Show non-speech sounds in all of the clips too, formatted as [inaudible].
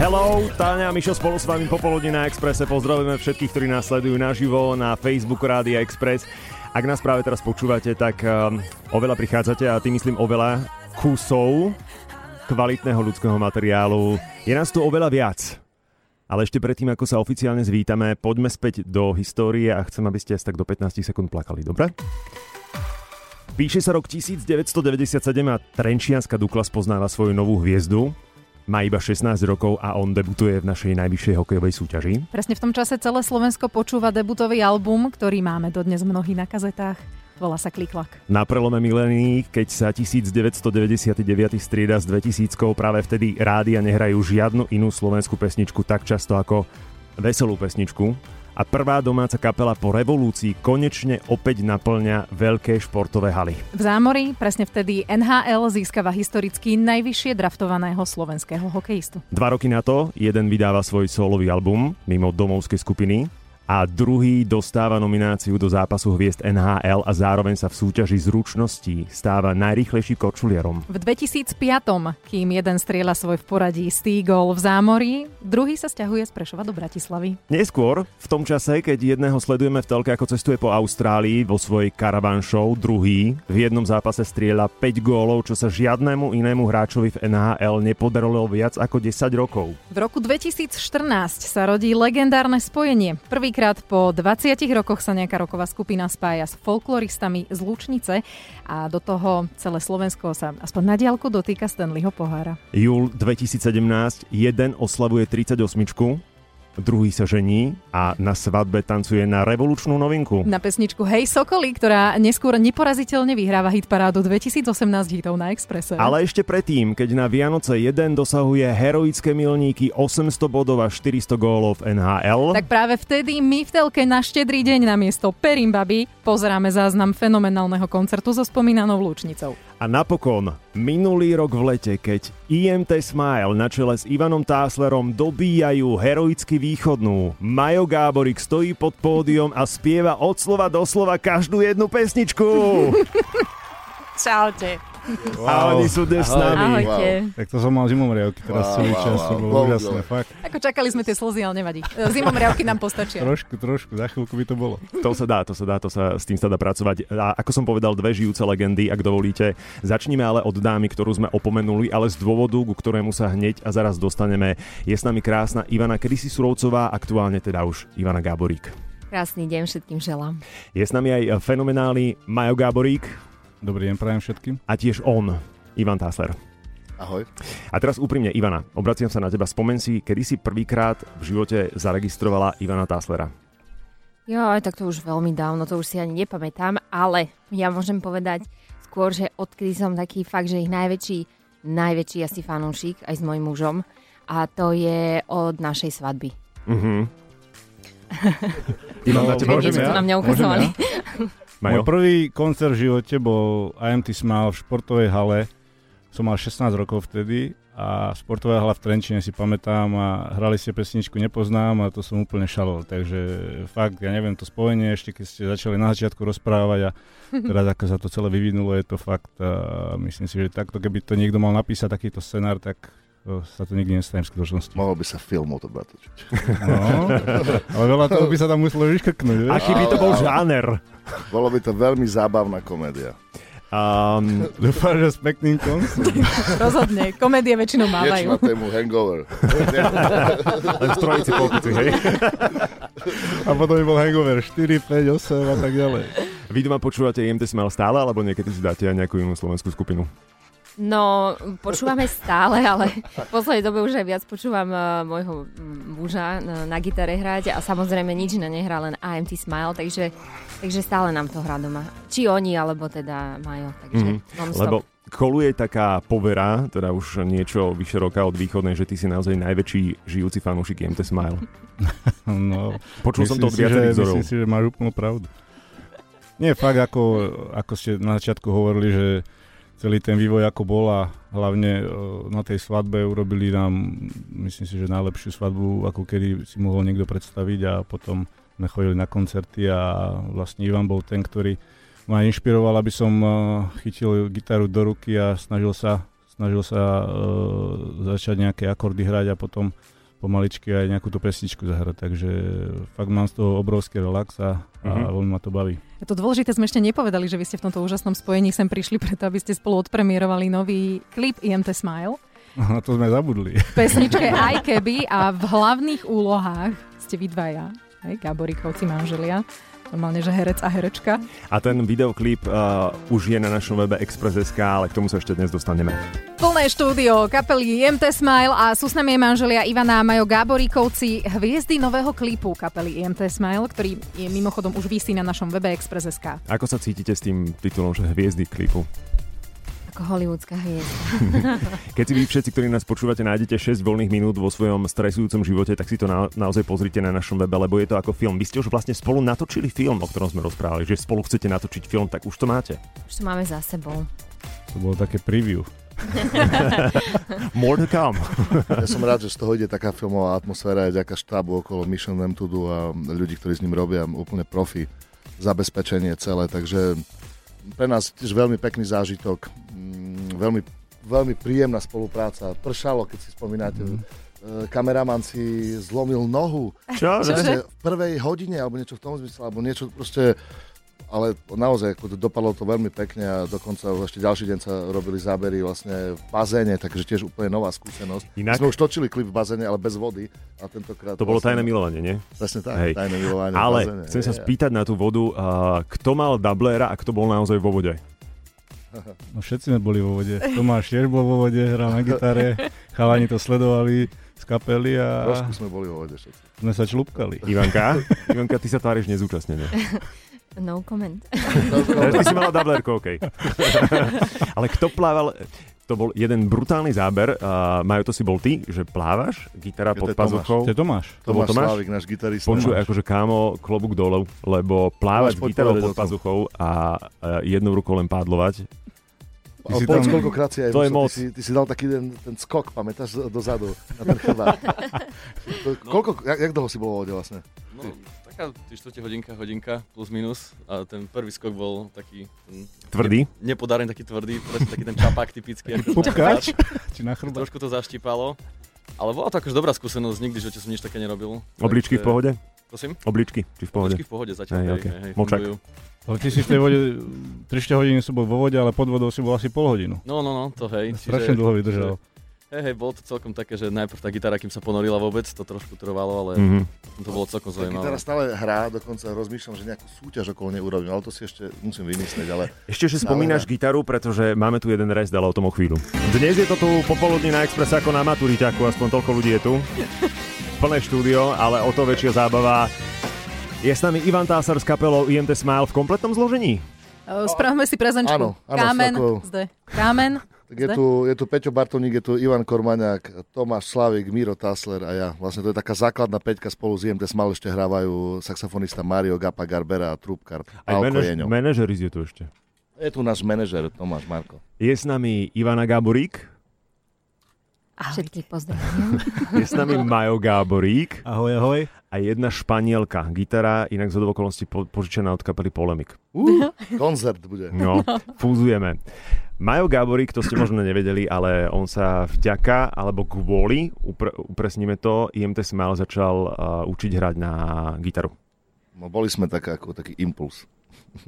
Hello, Táňa a Mišo spolu s vami popoludne na Exprese. Pozdravujeme všetkých, ktorí nás sledujú naživo na Facebooku Rádia Express. Ak nás práve teraz počúvate, tak um, oveľa prichádzate a tým myslím oveľa kusov kvalitného ľudského materiálu. Je nás tu oveľa viac. Ale ešte predtým, ako sa oficiálne zvítame, poďme späť do histórie a chcem, aby ste asi tak do 15 sekúnd plakali, dobre? Píše sa rok 1997 a Trenčianska Dukla spoznáva svoju novú hviezdu. Má iba 16 rokov a on debutuje v našej najvyššej hokejovej súťaži. Presne v tom čase celé Slovensko počúva debutový album, ktorý máme dodnes mnohí na kazetách. Volá sa Kliklak. Na prelome milénií, keď sa 1999 strieda s 2000, práve vtedy rádia nehrajú žiadnu inú slovenskú pesničku tak často ako veselú pesničku. A prvá domáca kapela po revolúcii konečne opäť naplňa veľké športové haly. V zámori presne vtedy NHL získava historicky najvyššie draftovaného slovenského hokejistu. Dva roky na to jeden vydáva svoj solový album mimo domovskej skupiny a druhý dostáva nomináciu do zápasu hviezd NHL a zároveň sa v súťaži zručností stáva najrychlejší korčuliarom. V 2005, kým jeden strieľa svoj v poradí stý gól v zámorí, druhý sa stiahuje z Prešova do Bratislavy. Neskôr, v tom čase, keď jedného sledujeme v telke, ako cestuje po Austrálii vo svojej caravan show, druhý v jednom zápase strieľa 5 gólov, čo sa žiadnemu inému hráčovi v NHL nepodarilo viac ako 10 rokov. V roku 2014 sa rodí legendárne spojenie. Prvýkrát po 20 rokoch sa nejaká roková skupina spája s folkloristami z Lučnice a do toho celé Slovensko sa aspoň na diálku dotýka Stanleyho pohára. Júl 2017, jeden oslavuje 38 druhý sa žení a na svadbe tancuje na revolučnú novinku. Na pesničku Hej Sokoli, ktorá neskôr neporaziteľne vyhráva hit parádu 2018 hitov na Exprese. Ale ešte predtým, keď na Vianoce 1 dosahuje heroické milníky 800 bodov a 400 gólov v NHL, Tak práve vtedy my v telke na štedrý deň na miesto Perimbaby pozeráme záznam fenomenálneho koncertu so spomínanou Lúčnicou. A napokon, minulý rok v lete, keď IMT Smile na čele s Ivanom Táslerom dobíjajú heroicky východnú, Majo Gáborik stojí pod pódium a spieva od slova do slova každú jednu pesničku. Čaute. A oni sú dnes s nami. Ahojte. Tak to som mal zimom riavky, teraz Wow, som wow, čas, to wow. bolo Wow, úžasné, wow. fakt. Ako čakali sme tie slzy, ale nevadí. E, Zimom riavky nám postačia. Trošku, trošku, za chvíľku by to bolo. To sa dá, to sa dá, to sa, s tým sa dá pracovať. A ako som povedal, dve žijúce legendy, ak dovolíte. Začníme ale od dámy, ktorú sme opomenuli, ale z dôvodu, ku ktorému sa hneď a zaraz dostaneme. Je s nami krásna Ivana Krisi Surovcová, aktuálne teda už Ivana Gáborík. Krásny deň všetkým želám. Je s nami aj fenomenálny Majo Gáborík Dobrý deň, prajem všetkým. a tiež on, Ivan Tásler. Ahoj. A teraz úprimne, Ivana, obraciam sa na teba. Spomen si, kedy si prvýkrát v živote zaregistrovala Ivana Táslera. Jo, aj tak to už veľmi dávno, to už si ani nepamätám, ale ja môžem povedať skôr, že odkedy som taký fakt, že ich najväčší, najväčší asi fanúšik aj s mojim mužom a to je od našej svadby. Mhm. [laughs] Ivan, No, na teba môžem Vidíte, ja? čo na mňa ukazovali. Môj Majo? prvý koncert v živote bol IMT Smile v športovej hale. Som mal 16 rokov vtedy a športová hala v Trenčine si pamätám a hrali ste pesničku Nepoznám a to som úplne šalol. Takže fakt, ja neviem to spojenie, ešte keď ste začali na začiatku rozprávať a teraz ako sa to celé vyvinulo, je to fakt, a myslím si, že takto, keby to niekto mal napísať takýto scenár, tak eh, sa to nikdy nestane v skutočnosti. Mohol by sa film o to natočiť. No, ale veľa toho by sa tam muselo vyškrknúť, vieš? Aký by to bol žáner? Bolo by to veľmi zábavná komédia. Um, Dúfam, že s pekným koncom. Rozhodne, komédie väčšinou Nieč na mávajú. tému hangover. [laughs] len v trojici pokuty, hej? A potom by bol hangover 4, 5, 8 a tak ďalej. Vy doma počúvate IMT Smile stále, alebo niekedy si dáte aj nejakú inú slovenskú skupinu? No, počúvame stále, ale v poslednej dobe už aj viac počúvam uh, môjho mm, muža na, na gitare hrať a samozrejme nič na nehrá, len AMT Smile, takže, takže stále nám to hrá doma. Či oni, alebo teda Majo, takže Mhm, mm, non-stop. Lebo koluje taká povera, teda už niečo vyše roka od východnej, že ty si naozaj najväčší žijúci fanúšik IMT Smile. No, Počul som to od si, že, viacerých vzorov. myslím si, že máš úplnú pravdu. Nie, fakt, ako, ako ste na začiatku hovorili, že celý ten vývoj, ako bol a hlavne eh, na tej svadbe urobili nám, myslím si, že najlepšiu svadbu, ako kedy si mohol niekto predstaviť a potom sme chodili na koncerty a vlastne Ivan bol ten, ktorý ma inšpiroval, aby som eh, chytil gitaru do ruky a snažil sa z snažil sa uh, začať nejaké akordy hrať a potom pomaličky aj nejakú tú pesničku zahrať. Takže fakt mám z toho obrovský relax a, a Mhm. veľmi ma to baví. Je to dôležité, sme ešte nepovedali, že vy ste v tomto úžasnom spojení sem prišli preto, aby ste spolu odpremierovali nový klip IMT Smile. [laughs] Na to sme zabudli. V [laughs] pesničke Aj keby a v hlavných úlohách ste vy dvaja, hej, Gáborikovci manželia. Normálne, že herec a herečka. A ten videoklip uh, už je na našom webe Express.sk, ale k tomu sa ešte dnes dostaneme. Plné štúdio kapely IMT Smile a sú s nami jej manželia Ivana a Majo Gáboríkovci, hviezdy nového klipu kapely IMT Smile, ktorý je mimochodom už vysí na našom webe Express.sk. Ako sa cítite s tým titulom, že hviezdy klipu? Ako hollywoodská hviezda. Keď si vy všetci, ktorí nás počúvate, nájdete 6 voľných minút vo svojom stresujúcom živote, tak si to na, naozaj pozrite na našom webe, lebo je to ako film. Vy ste už vlastne spolu natočili film, o ktorom sme rozprávali, že spolu chcete natočiť film, tak už to máte. Už to máme za sebou. [laughs] To bolo také preview. More to come. Ja som rád, že z toho ide taká filmová atmosféra, aj ďaká štábu okolo Mission Nemtudu a ľudí, ktorí s ním robia, úplne profi, zabezpečenie celé, takže pre nás tiež veľmi pekný zážitok, mm, veľmi, veľmi príjemná spolupráca. Pršalo, keď si spomínate, Mhm. mm. kameraman si zlomil nohu, Čože? Čože? že v prvej hodine, alebo niečo v tom zmysle, alebo niečo proste ale naozaj ako to dopadlo to veľmi pekne a dokonca ešte ďalší deň sa robili zábery vlastne v bazéne, takže tiež úplne nová skúsenosť. Inak- Inak... Sme už točili klip v bazéne, ale bez vody a tentokrát... To bolo tajné vlastne- milovanie, nie? Presne tak, Hej. tajné milovanie v bazéne. Ale chcem sa Je, je. spýtať na tú vodu, uh, kto mal dublera a kto bol naozaj vo vode? No všetci sme boli vo vode. Tomáš tiež bol vo vode, hral na gitare, chalani to sledovali z kapely a Trošku sme boli vo [laughs] vode všetci. sme sa člúpkali. [laughs] Ivanka? Ivanka, ty sa tváriš nezúčastnená. No comment. Takže ty si mala dublerku, OK. No. [laughs] Ale kto plával... To bol jeden brutálny záber. Uh, Majo, to si bol ty, že plávaš, gitara Je to pod Tomáš. pazuchou. To je Tomáš. To bol Tomáš Tomáš? Slávik, náš gitarista. Počuj, akože kámo, klobúk dole, lebo plávať s Máš gitarou podpovedať pod o tom. pazuchou a e, jednou rukou len pádlovať. Ty Ale si povedz, tam- koľkokrát si aj To je musel, moc. Ty si, ty si dal taký ten, ten skok, pamätáš, dozadu, na ten chrbát. To, koľko, jak, jak dlho si bol vo vode vlastne? No, taká 3 čtvrte hodinka, hodinka, plus minus. A ten prvý skok bol taký hm, Tvrdý. nepodarený, taký tvrdý, presne taký ten čapák typický. Ako Pupkač? Či na chrbát? Trošku to zaštípalo. Ale bola to akože dobrá skúsenosť, nikdy, že som nič také nerobil. Obličky v Takže- pohode? Prosím? Obličky, či v pohode? Obličky v pohode zatiaľ. Hej, Hej, okej. hej, hej, Močak. fungujú. Ale ty si v tej vode 3 hodiny si bol vo vode, ale pod vodou si bol asi pol hodinu. No, no, no, to hej. Strašne dlho vydržal. Hej, hej, bolo to celkom také, že najprv tá gitara, kým sa ponorila vôbec, to trošku trvalo, ale Mhm. to bolo celkom Tá zaujímavé. gitara stále hrá, dokonca rozmýšľam, že nejakú súťaž okolo nej urobím, ale to si ešte musím vymyslieť, ale Ešte, že Stále spomínaš hrá. gitaru, pretože máme tu jeden rest, ale o tom o chvíľu. Dnes je to tu popoludní na Express ako na maturiťaku, aspoň toľko ľudí je [laughs] tu. Plné štúdio, ale o to väčšia zábava. Je s nami Ivan Tásar s kapelou IMT Smile v kompletnom zložení. E, Spravme si prezenčku. Áno, áno, Kámen, s takou- zde. Kámen. tak je Zde? tu, je tu Peťo Bartoník, je tu Ivan Kormaňák, Tomáš Slavik, Miro Tasler a ja. Vlastne to je taká základná peťka spolu s IMT Smal ešte hrávajú saxofonista Mario Gapa Garbera a trúbkar Aj Alko manaž- Jeňo. manažer je tu ešte. Je tu náš manažer Tomáš Marko. Je s nami Ivana Gáborík, Všetkých pozdrav. je s [laughs] nami Majo Gáborík, Ahoj, ahoj. a jedna španielka. Gitara inak z okolností po, požičaná od kapely Polemik. Uh, koncert bude. No, fúzujeme. Majo Gáborík, to ste možno nevedeli, ale on sa vďaka, alebo kvôli, upr- upresníme to, IMT Smile začal uh, učiť hrať na gitaru. No, boli sme taká, ako taký impuls.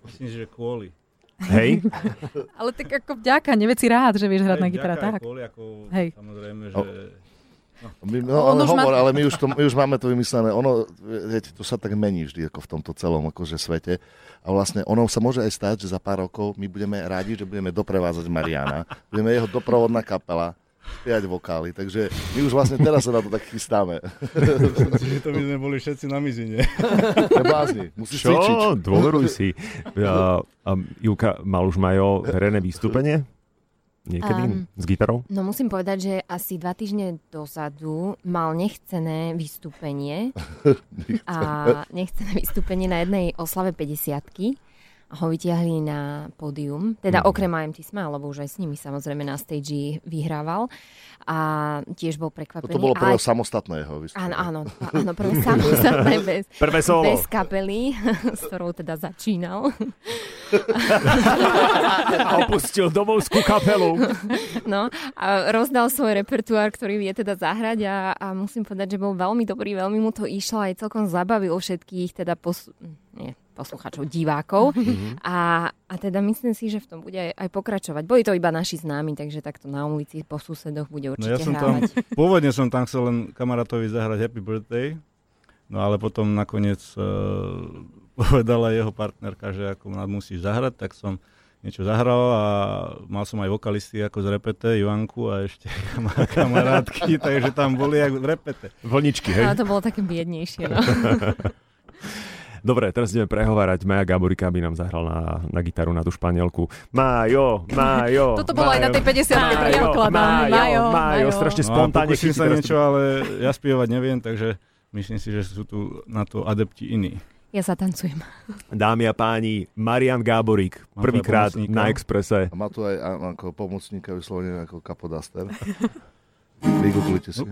Myslím, že kvôli. Hej, Ale tak ako vďaka, neveď si rád, že vieš hrať na gitara. Tak. Kvôli, ako Hej. samozrejme, že- My, On no, on už hovor, má- ale my už, to, my už máme to vymyslené. Ono, viete, to sa tak mení vždy ako v tomto celom akože svete. A vlastne ono sa môže aj stať, že za pár rokov my budeme radi, že budeme doprevázať Mariana. Budeme jeho doprovodná kapela, spiať vokály. Takže my už vlastne teraz sa na to tak chystáme. [laughs] že to by sme boli všetci na mizine. Neblázni, musíš cvičiť. čo? Dôveruj si. Uh, um, Julka, mal už Majo verejné vystúpenie? Niekedy um. Um. s gitarou? No musím povedať, že asi dva týždne dozadu mal nechcené [laughs] vystúpenie. a nechcené vystúpenie na jednej oslave 50 a ho vyťahli na Mhm. pódium, teda okrem AMT Smile, lebo už aj s nimi samozrejme na stage vyhrával a tiež bol prekvapený. Toto bolo prvé ale- samostatné jeho vystúpenie. Áno, áno, áno, prvé samostatné [laughs] [laughs] bez, Prvé solo. bez kapely, [laughs] s ktorou teda začínal. Opustil domovskú [laughs] kapelu. No, a rozdal svoj repertoár, ktorý vie teda zahrať a, a musím povedať, že bol veľmi dobrý, veľmi mu to išlo aj celkom zabavil všetkých, teda pos, nie, poslucháčov, divákov. Mhm. A, a teda myslím si, že v tom bude aj, aj pokračovať. Boli to iba naši známi, takže takto na ulici po susedoch No bude ja určite som tam, hrávať. [laughs] pôvodne som tam chcel len kamarátovi zahrať Happy Birthday, no ale potom nakoniec uh, [laughs] povedala jeho partnerka, že ako nám musíš zahrať, tak som niečo zahral a mal som aj vokalisty ako z repete, Joanku a ešte [laughs] kam- kamarátky, takže tam boli ako v repete. Vlničky, hej. Ale No, to bolo také biednejšie. [laughs] No. Dobre, teraz ideme prehovárať. Maja Gaborika by nám zahral na, na gitaru, na tú španielku. Majo, Majo. Toto bolo aj na tej 50-ke, tak ja Majo, vkladám. Majo, Majo, strašne No a spontánne pokúsim chytí sa teraz- niečo, ale ja spievať neviem, takže myslím si, že sú tu na to adepti iní. Ja zatancujem. Dámy a páni, Marian Gáborík, Mám prvýkrát pomocníka. na Exprese. A má tu aj áno, ako pomocníka vyslovene ako kapodaster. [laughs] Vygooglite si.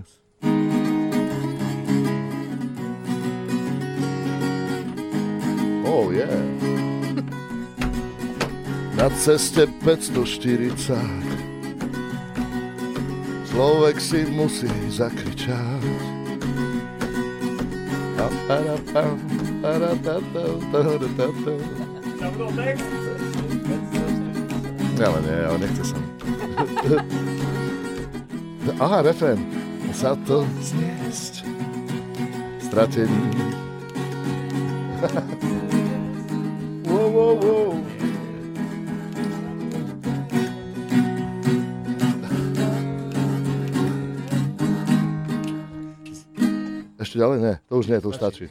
Oh yeah. Na ceste 540 človek si musí zakričať. Pa, para, pa, para, ta, ta, ta, ta, ta, ta. Ale nie, ale nechce sa. mi. Aha, refrén. Za to zniesť stratený. wow, wow, wow. Ešte ďalej? Nie, to už nie, to už stačí.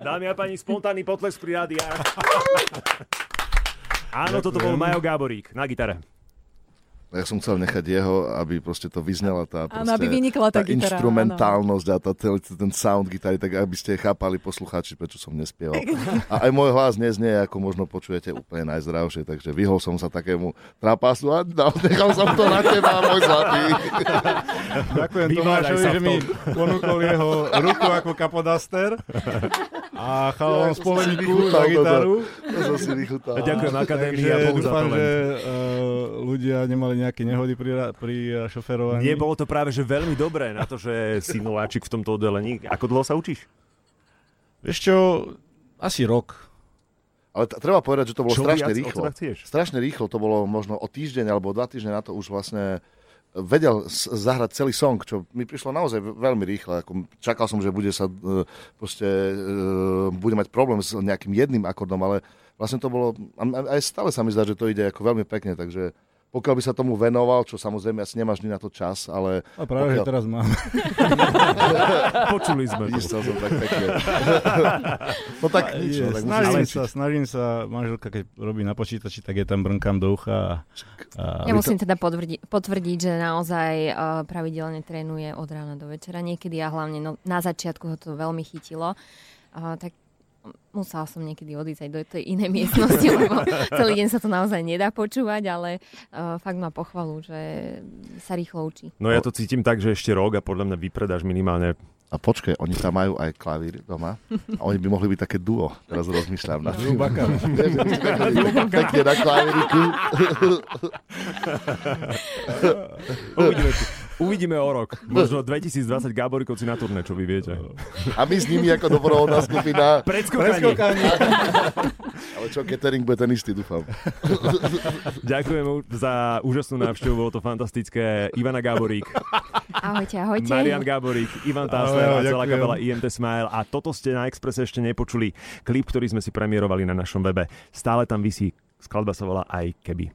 Dámy a páni, spontánny potlesk pri rádiách. [laughs] Áno, toto bol Majo Gáborík na gitare. Ja som chcel nechať jeho, aby proste to vyznela tá, proste, Áno, aby vynikla tá gitara, instrumentálnosť a tá, celý ten sound gitary, tak aby ste chápali poslucháči, prečo som nespieval. A aj môj hlas neznie, ako možno počujete, úplne najzdravšie, takže vyhol som sa takému trapasu a dal, nechal som to na teba, môj zlatý. Ďakujem Vyvádaj Tomášovi, sa v že mi ponúkol jeho ruku ako kapodaster a chalom Ja, to som si spoleníku vychutnal na toto. gitaru. To som si vychutal. Ďakujem akadémii a Takže Bohu za dúfam, talent. že eh, ľudia nemali nejaké nehody pri, ra- pri eh, šoferovaní. Nie, bolo to práve že veľmi dobré na to, že si nováčik v tomto oddelení. Ako dlho sa učíš? Vieš čo, asi rok. Ale t- treba povedať, že to bolo Čo strašne viac od rýchlo. teba chceš? Strašne rýchlo, to bolo možno o týždeň alebo o dva týždne na to už vlastne vedel s- zahrať celý song, čo mi prišlo naozaj ve- veľmi rýchle. Ako, čakal som, že bude sa e, proste, e, bude mať problém s nejakým jedným akordom, ale vlastne to bolo, a- a- aj stále sa mi zdá, že to ide ako veľmi pekne, takže pokiaľ by sa tomu venoval, čo samozrejme asi nemáš vždy na to čas, ale A práve, že Pokiaľ- teraz mám. Počuli sme to. vidíš, chcel som tak [laughs] pekne. no tak nič, no, Je, tak musíš snažím zlepšiť. sa, snažím sa. Manželka, keď robí na počítači, tak je tam brnkám do ucha. A, a Ja musím teda potvrdi- potvrdiť, že naozaj eh, pravidelne trénuje od rána do večera. Niekedy a hlavne no, na začiatku ho to veľmi chytilo. Eh, tak musela som niekedy odísť aj do tej inej miestnosti, lebo celý deň sa to naozaj nedá počúvať, ale eh, fakt má pochvalu, že sa rýchlo učí. No ja to cítim tak, že ešte rok a podľa mňa vypredáš minimálne. A počkaj, oni tam majú aj klavír doma a oni by mohli byť také duo. Teraz rozmýšľam na [laughs] tým. Pekne na klavíriku. Uvidíme, uvidíme o rok. Možno 2020 Gáborikovci na turné, čo vy viete. A my s nimi ako dobrovoľná skupina. Predskokanie. Ale čo, catering bude ten istý, dúfam. Ďakujem u- za úžasnú návštevu, bolo to fantastické. Ivana Gáborík, Ahojte, ahojte. Marian Gáborík, Ivan Tásler a Ahoj, celá ďakujem. kapela IMT Smile. A toto ste na Expresse ešte nepočuli. Klip, ktorý sme si premiérovali na našom webe. Stále tam visí. Skladba sa volá Aj keby.